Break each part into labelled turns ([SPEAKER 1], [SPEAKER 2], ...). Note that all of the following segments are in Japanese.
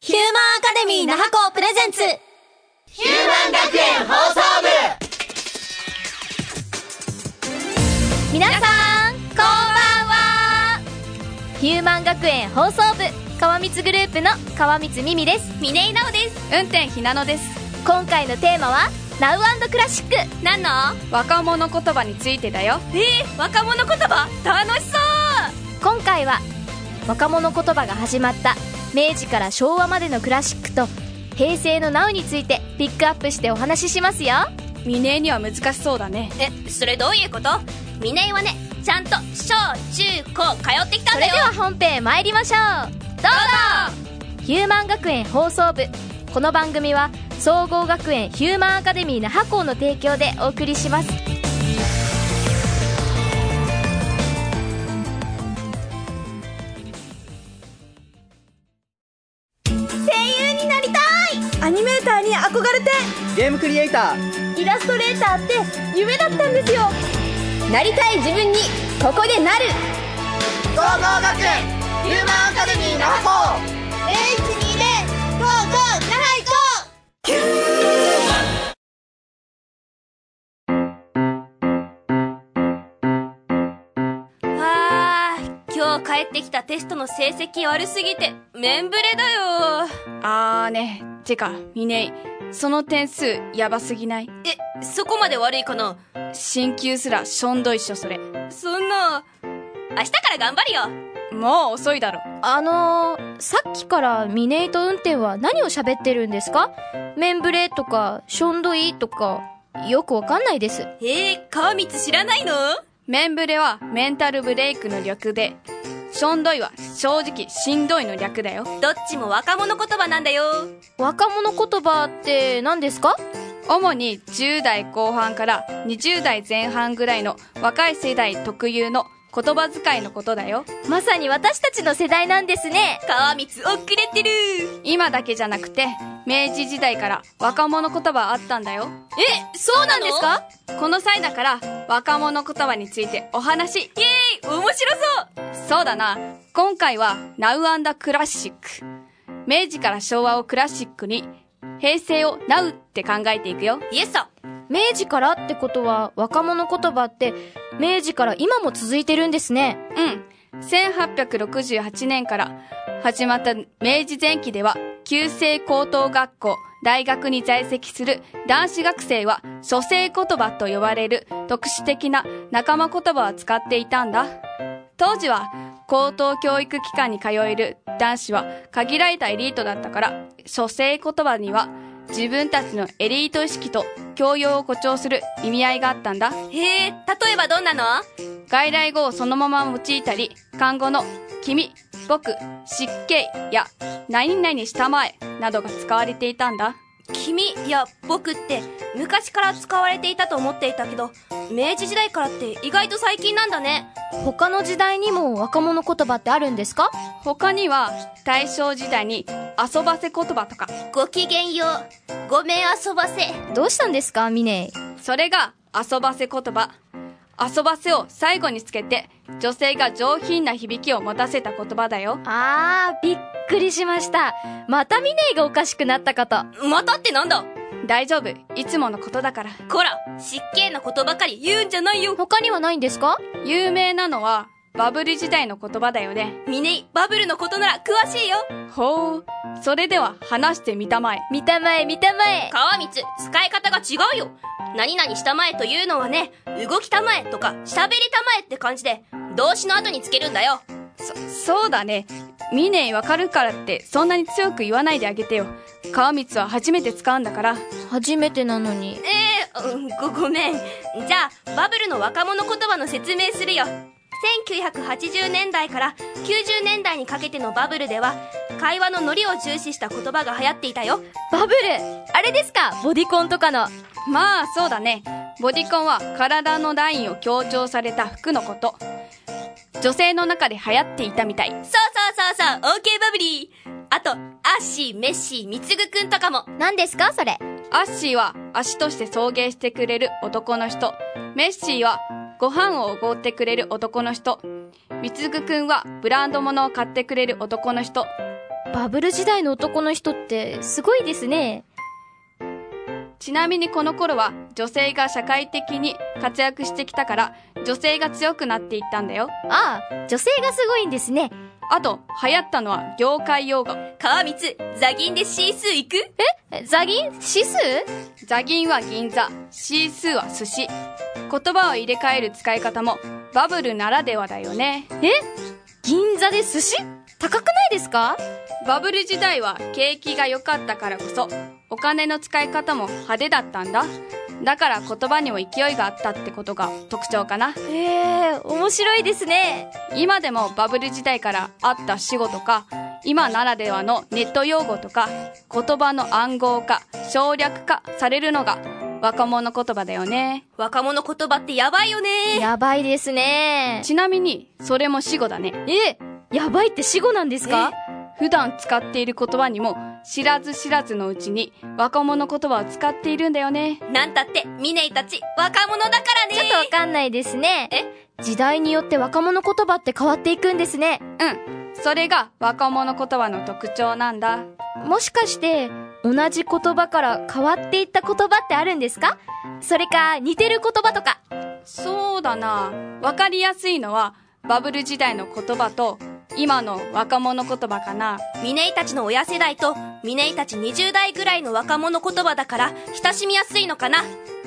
[SPEAKER 1] ヒューマンアカデミー那覇校プレゼンツ
[SPEAKER 2] ヒューマン学園放送部
[SPEAKER 1] 皆さんこんばんはヒューマン学園放送部川光グループの川光美美です
[SPEAKER 3] 峰井直です
[SPEAKER 4] 運転ひなのです
[SPEAKER 1] 今回のテーマは「ナウクラシック」
[SPEAKER 3] 何の
[SPEAKER 4] 若者言葉についてだよ
[SPEAKER 3] えー、若者言葉楽しそう
[SPEAKER 1] 今回は若者言葉が始まった明治から昭和までのクラシックと平成のナウについてピックアップしてお話ししますよ
[SPEAKER 4] 未明には難しそうだね
[SPEAKER 3] えそれどういうこと峰井はねちゃんと小中高通ってきた
[SPEAKER 1] そ
[SPEAKER 3] んだ
[SPEAKER 1] れ
[SPEAKER 3] よ
[SPEAKER 1] では本編参りましょうどうぞヒューマン学園放送部この番組は総合学園ヒューマンアカデミー那覇校の提供でお送りします声優になりた
[SPEAKER 5] アニメーターに憧れて
[SPEAKER 2] ゲームクリエイタ
[SPEAKER 5] イラストレーターって夢だったんですよなりたい自分にここでなる
[SPEAKER 2] ー総合学園ヒューマンアカデミー那覇校
[SPEAKER 5] H2 でゴーゴーならいこ
[SPEAKER 3] わあ今日帰ってきたテストの成績悪すぎて面ぶれだよ
[SPEAKER 4] あーねてか峰井その点数やばすぎない
[SPEAKER 3] えそこまで悪いかな
[SPEAKER 4] 進級すらしょんどいっしょそれ
[SPEAKER 3] そんな明日から頑張るよ
[SPEAKER 4] もう遅いだろ
[SPEAKER 1] あのー、さっきからミネイと運転は何を喋ってるんですかメンブレとかしょんどいとかよくわかんないです
[SPEAKER 3] えー、川光知らないの
[SPEAKER 4] メンブレはメンタルブレイクの略でしょんどいは正直しんどいの略だよ
[SPEAKER 3] どっちも若者言葉なんだよ
[SPEAKER 1] 若者言葉って何ですか
[SPEAKER 4] 主に10代後半から20代前半ぐらいの若い世代特有の言葉遣いのことだよ
[SPEAKER 1] まさに私たちの世代なんですね
[SPEAKER 3] 川光遅れてるえ
[SPEAKER 4] 今だけじゃなくて明治時代から若者言葉あったんだよ
[SPEAKER 3] そうな
[SPEAKER 4] なんですかこの際だから若者言葉についてお話イエーイ面白そうそうだな今回は Now クラシック明治から昭和をクラシックに平成を Now って考えていくよ
[SPEAKER 3] イエスさ
[SPEAKER 1] 明治からってことは若者言葉って明治から今も続いてるんですね
[SPEAKER 4] うん1868年から始まった明治前期では旧制高等学校大学に在籍する男子学生は諸生言葉と呼ばれる特殊的な仲間言葉を使っていたんだ当時は高等教育機関に通える男子は限られたエリートだったから諸生言葉には自分たちのエリート意識と教養を誇張する意味合いがあったんだ
[SPEAKER 3] へえ例えばどんなの
[SPEAKER 4] 外来語をそのまま用いたり、漢語の君、僕、失敬や何々したまえなどが使われていたんだ。
[SPEAKER 3] 君や僕って昔から使われていたと思っていたけど明治時代からって意外と最近なんだね
[SPEAKER 1] 他の時代にも若者言葉ってあるんですか
[SPEAKER 4] 他には大正時代に遊ばせ言葉とか、
[SPEAKER 3] ごきげんようごめん遊ばせ
[SPEAKER 1] どうしたんですかミネイ
[SPEAKER 4] それが遊ばせ言葉。遊ばせを最後につけて女性が上品な響きを持たせた言葉だよ。
[SPEAKER 1] あーびっくりしましたまたミネイがおかしくなったこと
[SPEAKER 3] またってなんだ
[SPEAKER 4] 大丈夫。いつものことだから。
[SPEAKER 3] こら失敬なことばかり言うんじゃないよ
[SPEAKER 1] 他にはないんですか
[SPEAKER 4] 有名なのはバブル時代の言葉だよね。
[SPEAKER 3] ミネイバブルのことなら詳しいよ
[SPEAKER 4] ほう。それでは話してみたまえ。
[SPEAKER 1] 見たまえ見たまえ
[SPEAKER 3] 川光使い方が違うよ何々したまえというのはね動きたまえとか喋りたまえって感じで動詞の後につけるんだよ
[SPEAKER 4] そ、そうだね。ミネイわかるからってそんなに強く言わないであげてよ。川光は初めて使うんだから。
[SPEAKER 1] 初めてなのに
[SPEAKER 3] えー、うんごごめんじゃあバブルの若者言葉の説明するよ1980年代から90年代にかけてのバブルでは会話のノリを重視した言葉が流行っていたよ
[SPEAKER 1] バブルあれですかボディコンとかの
[SPEAKER 4] まあそうだね。ボディコンは体のラインを強調された服のこと。女性の中で流行っていたみたい。
[SPEAKER 3] そうそうそうそう OK バブリーあとアッシーメッシーみつぐくんとかも
[SPEAKER 1] 何ですかそれ
[SPEAKER 4] アッシーは足として送迎してくれる男の人。メッシーはご飯をおごってくれる男の人。みつぐくんはブランド物を買ってくれる男の人。
[SPEAKER 1] バブル時代の男の人ってすごいですね。
[SPEAKER 4] ちなみにこの頃は女性が社会的に活躍してきたから女性が強くなっていったんだよ。
[SPEAKER 1] ああ、女性がすごいんですね。
[SPEAKER 4] あと、流行ったのは業界用語。
[SPEAKER 3] 川光、ザギンでシースー行く
[SPEAKER 1] えザギンシス
[SPEAKER 4] ザギンは銀座、シースーは寿司。言葉を入れ替える使い方もバブルならではだよね。
[SPEAKER 1] え銀座で寿司高くないですか
[SPEAKER 4] バブル時代は景気が良かったからこそお金の使い方も派手だったんだ。だから言葉にも勢いがあったってことが特徴かな。
[SPEAKER 1] へえ、面白いですね。
[SPEAKER 4] 今でもバブル時代からあった死語とか今ならではのネット用語とか言葉の暗号化省略化されるのが若者言葉だよね
[SPEAKER 3] 若者言葉ってやばいよね。
[SPEAKER 1] やばいですね。
[SPEAKER 4] ちなみにそれも死語だね
[SPEAKER 1] え、やばいって死後なんですか
[SPEAKER 4] 普段使っている言葉にも知らず知らずのうちに若者言葉を使っているんだよね
[SPEAKER 3] なんたって、ミネイたち、若者だからね。
[SPEAKER 1] ちょっとわかんないですね。え時代によって若者言葉って変わっていくんですね。
[SPEAKER 4] うんそれが若者言葉の特徴なんだ
[SPEAKER 1] もしかして、同じ言葉から変わっていった言葉ってあるんですかそれか、似てる言葉とか。
[SPEAKER 4] そうだな。わかりやすいのは、バブル時代の言葉と、今の若者言葉かな。
[SPEAKER 3] ミネイたちの親世代と、ミネイたち20代ぐらいの若者言葉だから、親しみやすいのかな。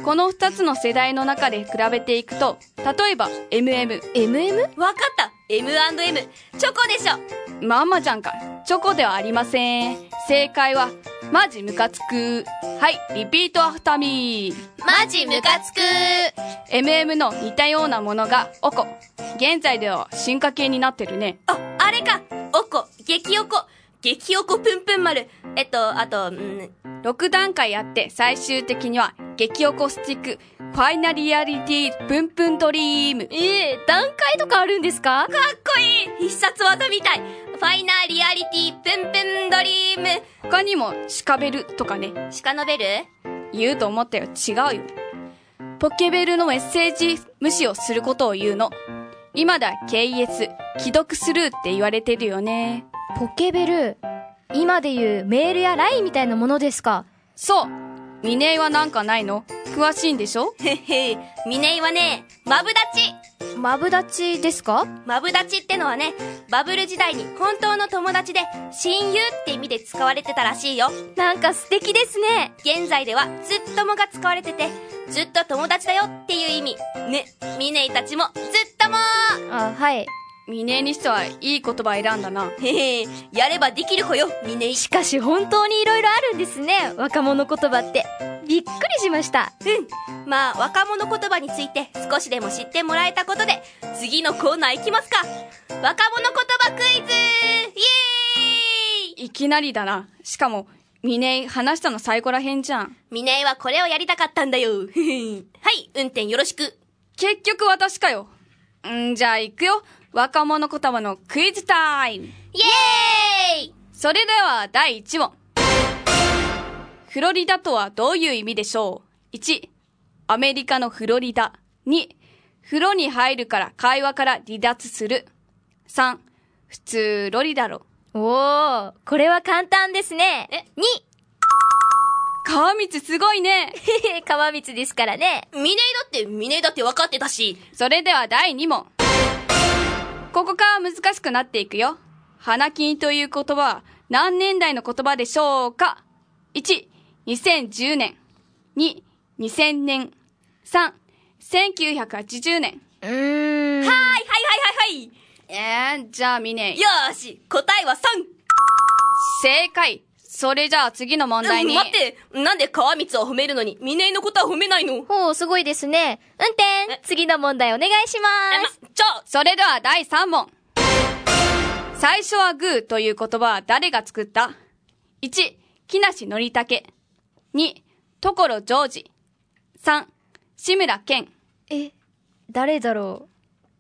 [SPEAKER 4] この二つの世代の中で比べていくと、例えば、MM。
[SPEAKER 1] MM?
[SPEAKER 3] わかった。M&M、チョコでしょ。
[SPEAKER 4] まんまちゃんか。チョコではありません。正解は、マジムカつく。はい、リピートアフターミー。
[SPEAKER 3] マジムカつく
[SPEAKER 4] MM の似たようなものが、おこ。現在では進化系になってるね。
[SPEAKER 3] あ、あれか。おこ、激おこ、激おこぷんぷん丸。えっと、あと、うん、
[SPEAKER 4] 6段階あって最終的には激おこスティックファイナリアリティプンプンドリーム
[SPEAKER 1] ええ段階とかあるんです
[SPEAKER 3] かっ
[SPEAKER 1] か
[SPEAKER 3] こいい必殺技みたいファイナーリアリティプンプンドリーム
[SPEAKER 4] 他にもシカベルとかね
[SPEAKER 3] 鹿のベル
[SPEAKER 4] 言うと思ったよ違うよポケベルのメッセージ無視をすることを言うの今だ KS 既読スルーって言われてるよね
[SPEAKER 1] ポケベル。今で言うメールや LINE みたいなものですか
[SPEAKER 4] そうミネイはなんかないの詳しいんでしょ
[SPEAKER 3] へへミネイはねマブダチ
[SPEAKER 1] マブダチですか
[SPEAKER 3] マブダチってのはねバブル時代に本当の友達で親友って意味で使われてたらしいよ
[SPEAKER 1] なんか素敵ですね。
[SPEAKER 3] 現在ではずっともが使われててずっと友達だよっていう意味ねミネイたちもずっとも
[SPEAKER 1] あ、はい。
[SPEAKER 4] ミネイにしてはいい言葉選んだな
[SPEAKER 3] へへやればできる子よミネイ
[SPEAKER 1] しかし本当に色々あるんですね。若者言葉って。びっくりしました。
[SPEAKER 3] まあ若者言葉について少しでも知ってもらえたことで次のコーナーいきますか若者言葉クイズイエーイ
[SPEAKER 4] いきなりだなしかもミネイ話したの最後らへんじゃん
[SPEAKER 3] ミネイはこれをやりたかったんだよはい運転よろしく
[SPEAKER 4] 結局私かよ。んーじゃあ行くよ。若者言葉のクイズタイム。
[SPEAKER 3] イエーイ
[SPEAKER 4] それでは第1問。フロリダとはどういう意味でしょう ?1、アメリカのフロリダ。2、風呂に入るから会話から離脱する。3、普通ロリだろ。
[SPEAKER 1] おー、これは簡単ですね。
[SPEAKER 3] え
[SPEAKER 1] に、
[SPEAKER 4] 川光すごいね。
[SPEAKER 1] へへ、川光ですからね。
[SPEAKER 3] ミネイだってミネイだって分かってたし
[SPEAKER 4] それでは第2問。ここから難しくなっていくよ。花金という言葉は何年代の言葉でしょうか ?1、2010年。2、2000年。3、1980年。
[SPEAKER 1] うーん。
[SPEAKER 3] はいはいはいはい
[SPEAKER 4] えー、じゃあミネイ
[SPEAKER 3] はいよーし答えは3
[SPEAKER 4] 正解。それじゃあ次の問題に。
[SPEAKER 3] 待ってなんで川光を褒めるのにミネイのことは褒めないの
[SPEAKER 1] ほう、すごいですね。運転
[SPEAKER 3] え
[SPEAKER 1] 次の問題お願いし
[SPEAKER 3] え
[SPEAKER 1] ま。
[SPEAKER 3] ますちょ
[SPEAKER 4] それでは第3問。最初はグーという言葉は誰が作った ?1、木梨憲武。2、所ジョージ。3、志村けん。
[SPEAKER 1] え、誰だろ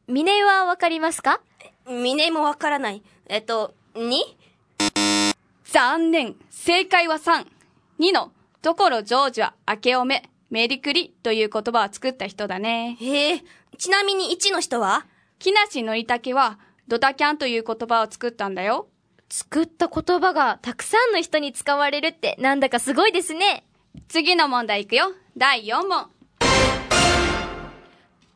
[SPEAKER 1] う。ミネイはわかりますか
[SPEAKER 3] ミネイもわからないえっと 2?
[SPEAKER 4] 残念。正解は3。2の、所ジョージは明けおめ、メリクリという言葉を作った人だね。
[SPEAKER 3] へえちなみに1の人は
[SPEAKER 4] 木梨憲武は、ドタキャンという言葉を作ったんだよ。
[SPEAKER 1] 作った言葉がたくさんの人に使われるってなんだかすごいですね。
[SPEAKER 4] 次の問題いくよ。第4問。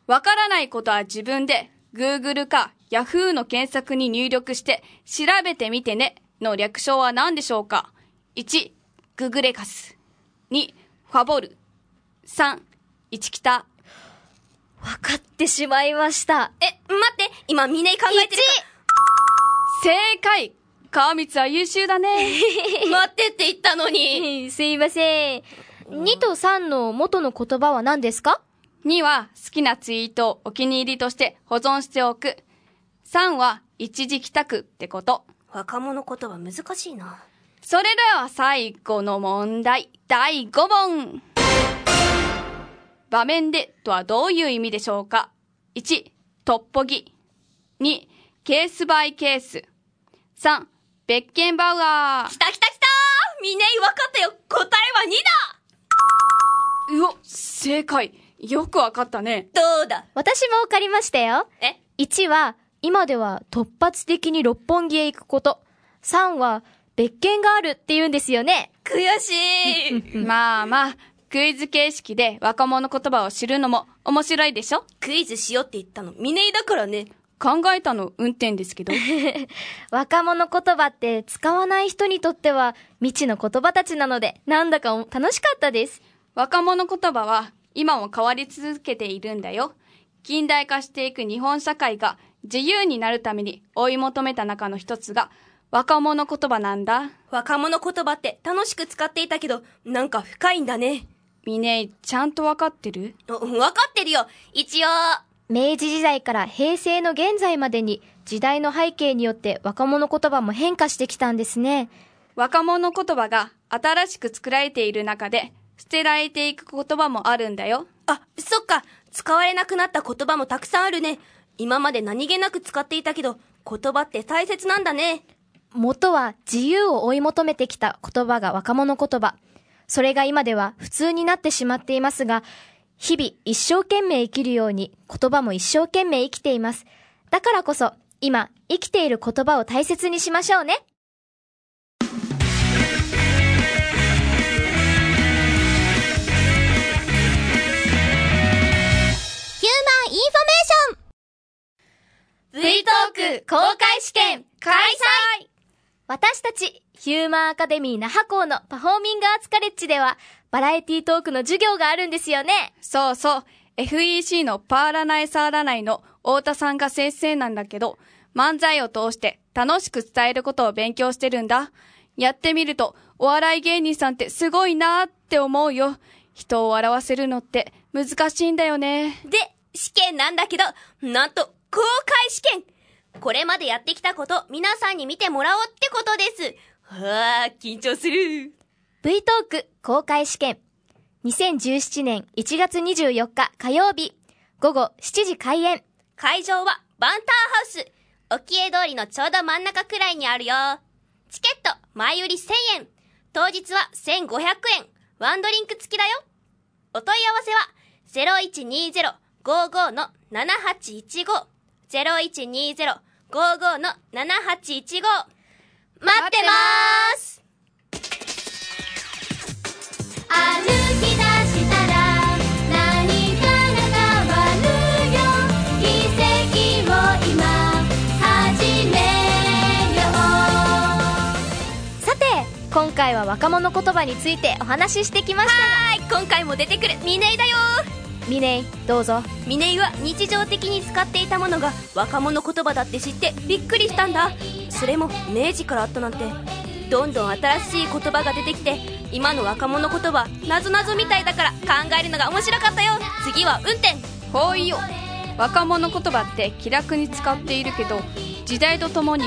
[SPEAKER 4] わからないことは自分で Google か Yahoo の検索に入力して調べてみてねの略称は何でしょうか ?1、ググレカス。2、ファボル。3、一北。
[SPEAKER 1] わかってしまいました。
[SPEAKER 3] え、待って今ミネイ考えてる
[SPEAKER 4] 正解川光は優秀だね。
[SPEAKER 3] か待ってって言ったのに
[SPEAKER 1] えーすいません。2と3の元の言葉は何ですか
[SPEAKER 4] 2は好きなツイートをお気に入りとして保存しておく。3は一時帰宅ってこと。
[SPEAKER 3] 若者言葉難しいな。
[SPEAKER 4] それでは最後の問題、第5問。場面でとはどういう意味でしょうか ?1、トッポギ。2、ケースバイケース。3、ベッケンバウア
[SPEAKER 3] きたきたきたミネイ分かったよ答えは2
[SPEAKER 4] ー。うお、正解。よくわかったね。
[SPEAKER 3] だどうだ
[SPEAKER 1] 私もわかりましたよ。
[SPEAKER 3] え
[SPEAKER 1] 1は、今では突発的に六本木へ行くこと。3は、別件があるって言うんですよね。
[SPEAKER 3] 悔しい
[SPEAKER 4] まあまあ、クイズ形式で若者言葉を知るのも面白いでしょ
[SPEAKER 3] クイズしようって言ったのミネイだからね。
[SPEAKER 4] 考えたの運転ですけど。
[SPEAKER 1] 若者言葉って使わない人にとっては未知の言葉たちなので、なんだかお楽しかったです。
[SPEAKER 4] 若者言葉は今も変わり続けているんだよ。近代化していく日本社会が自由になるために追い求めた中の一つが若者言葉なんだ。
[SPEAKER 3] 若者言葉って楽しく使っていたけど、なんか深いんだね。
[SPEAKER 4] ミネイ、ちゃんとわかってる
[SPEAKER 3] お分かってるよ一応
[SPEAKER 1] 明治時代から平成の現在までに時代の背景によって若者言葉も変化してきたんですね。
[SPEAKER 4] 若者言葉が新しく作られている中で捨てられていく言葉もあるんだよ。
[SPEAKER 3] あ、そっか。使われなくなった言葉もたくさんあるね。今まで何気なく使っていたけど、言葉って大切なんだね。
[SPEAKER 1] 元は自由を追い求めてきた言葉が若者言葉。それが今では普通になってしまっていますが、日々一生懸命生きるように言葉も一生懸命生きています。だからこそ今生きている言葉を大切にしましょうね。
[SPEAKER 5] ヒューマンインフォメーショ
[SPEAKER 3] V
[SPEAKER 5] ン
[SPEAKER 3] トーク公開試験開催
[SPEAKER 1] 私たち、ヒューマンアカデミー那覇校のパフォーミングアーツカレッジでは、バラエティトークの授業があるんですよね。
[SPEAKER 4] そうそう。FEC のパーラナイサーラナイの太田さんが先生なんだけど、漫才を通して楽しく伝えることを勉強してるんだ。やってみると、お笑い芸人さんってすごいなーって思うよ。人を笑わせるのって難しいんだよね。
[SPEAKER 3] で、試験なんだけど、なんと、公開試験これまでやってきたこと、皆さんに見てもらおうってことです。はあ、緊張する。
[SPEAKER 1] V トーク公開試験。2017年1月24日火曜日、午後7時開演。
[SPEAKER 3] 会場はバンターハウス。沖江通りのちょうど真ん中くらいにあるよ。チケット、前売り1000円。当日は1500円。ワンドリンク付きだよ。お問い合わせは、0120-55-7815。0120-55-7815。待ってます
[SPEAKER 5] 歩き出したら何から変わるよ奇跡を今始めよう
[SPEAKER 1] さて、今回は若者言葉についてお話ししてきました
[SPEAKER 3] はい、今回も出てくるミネイだよ
[SPEAKER 1] が。ミネイ、どうぞ。
[SPEAKER 3] ミネイは日常的に使っていたものが若者言葉だって知ってびっくりしたんだそれも明治からあったなんてどんどん新しい言葉が出てきて今の若者言葉なぞなぞみたいだから考えるのが面白かったよ次は運転
[SPEAKER 4] ほういよ。若者言葉って気楽に使っているけど、時代とともに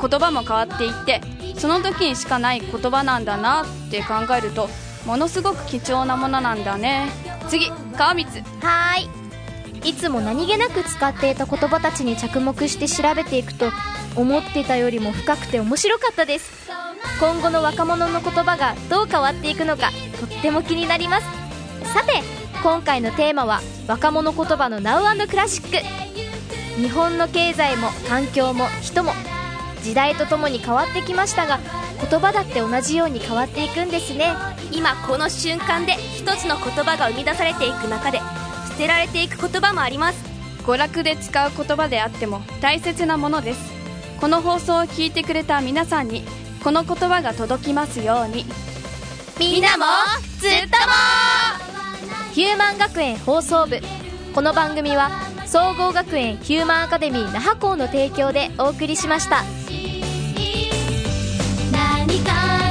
[SPEAKER 4] 言葉も変わっていって、その時にしかない言葉なんだなって考えると、ものすごく貴重なものなんだね。次、川光。
[SPEAKER 1] はーい。いつも何気なく使っていた言葉たちに着目して調べていくと、思ってたよりも深くて面白かったです。今後の若者の言葉がどう変わっていくのか、とっても気になります。さて、今回のテーマは、若者言葉の Now クラシック。日本の経済も環境も人も、時代とともに変わってきましたが言葉だって同じように変わっていくんですね
[SPEAKER 3] 今この瞬間で一つの言葉が生み出されていく中で捨てられていく言葉もあります
[SPEAKER 4] 娯楽で使う言葉であっても大切なものですこの放送を聞いてくれた皆さんにこの言葉が届きますように
[SPEAKER 3] みんなもずっとも
[SPEAKER 1] ヒューマン学園放送部この番組は総合学園ヒューマンアカデミー那覇校の提供でお送りしました
[SPEAKER 5] 何か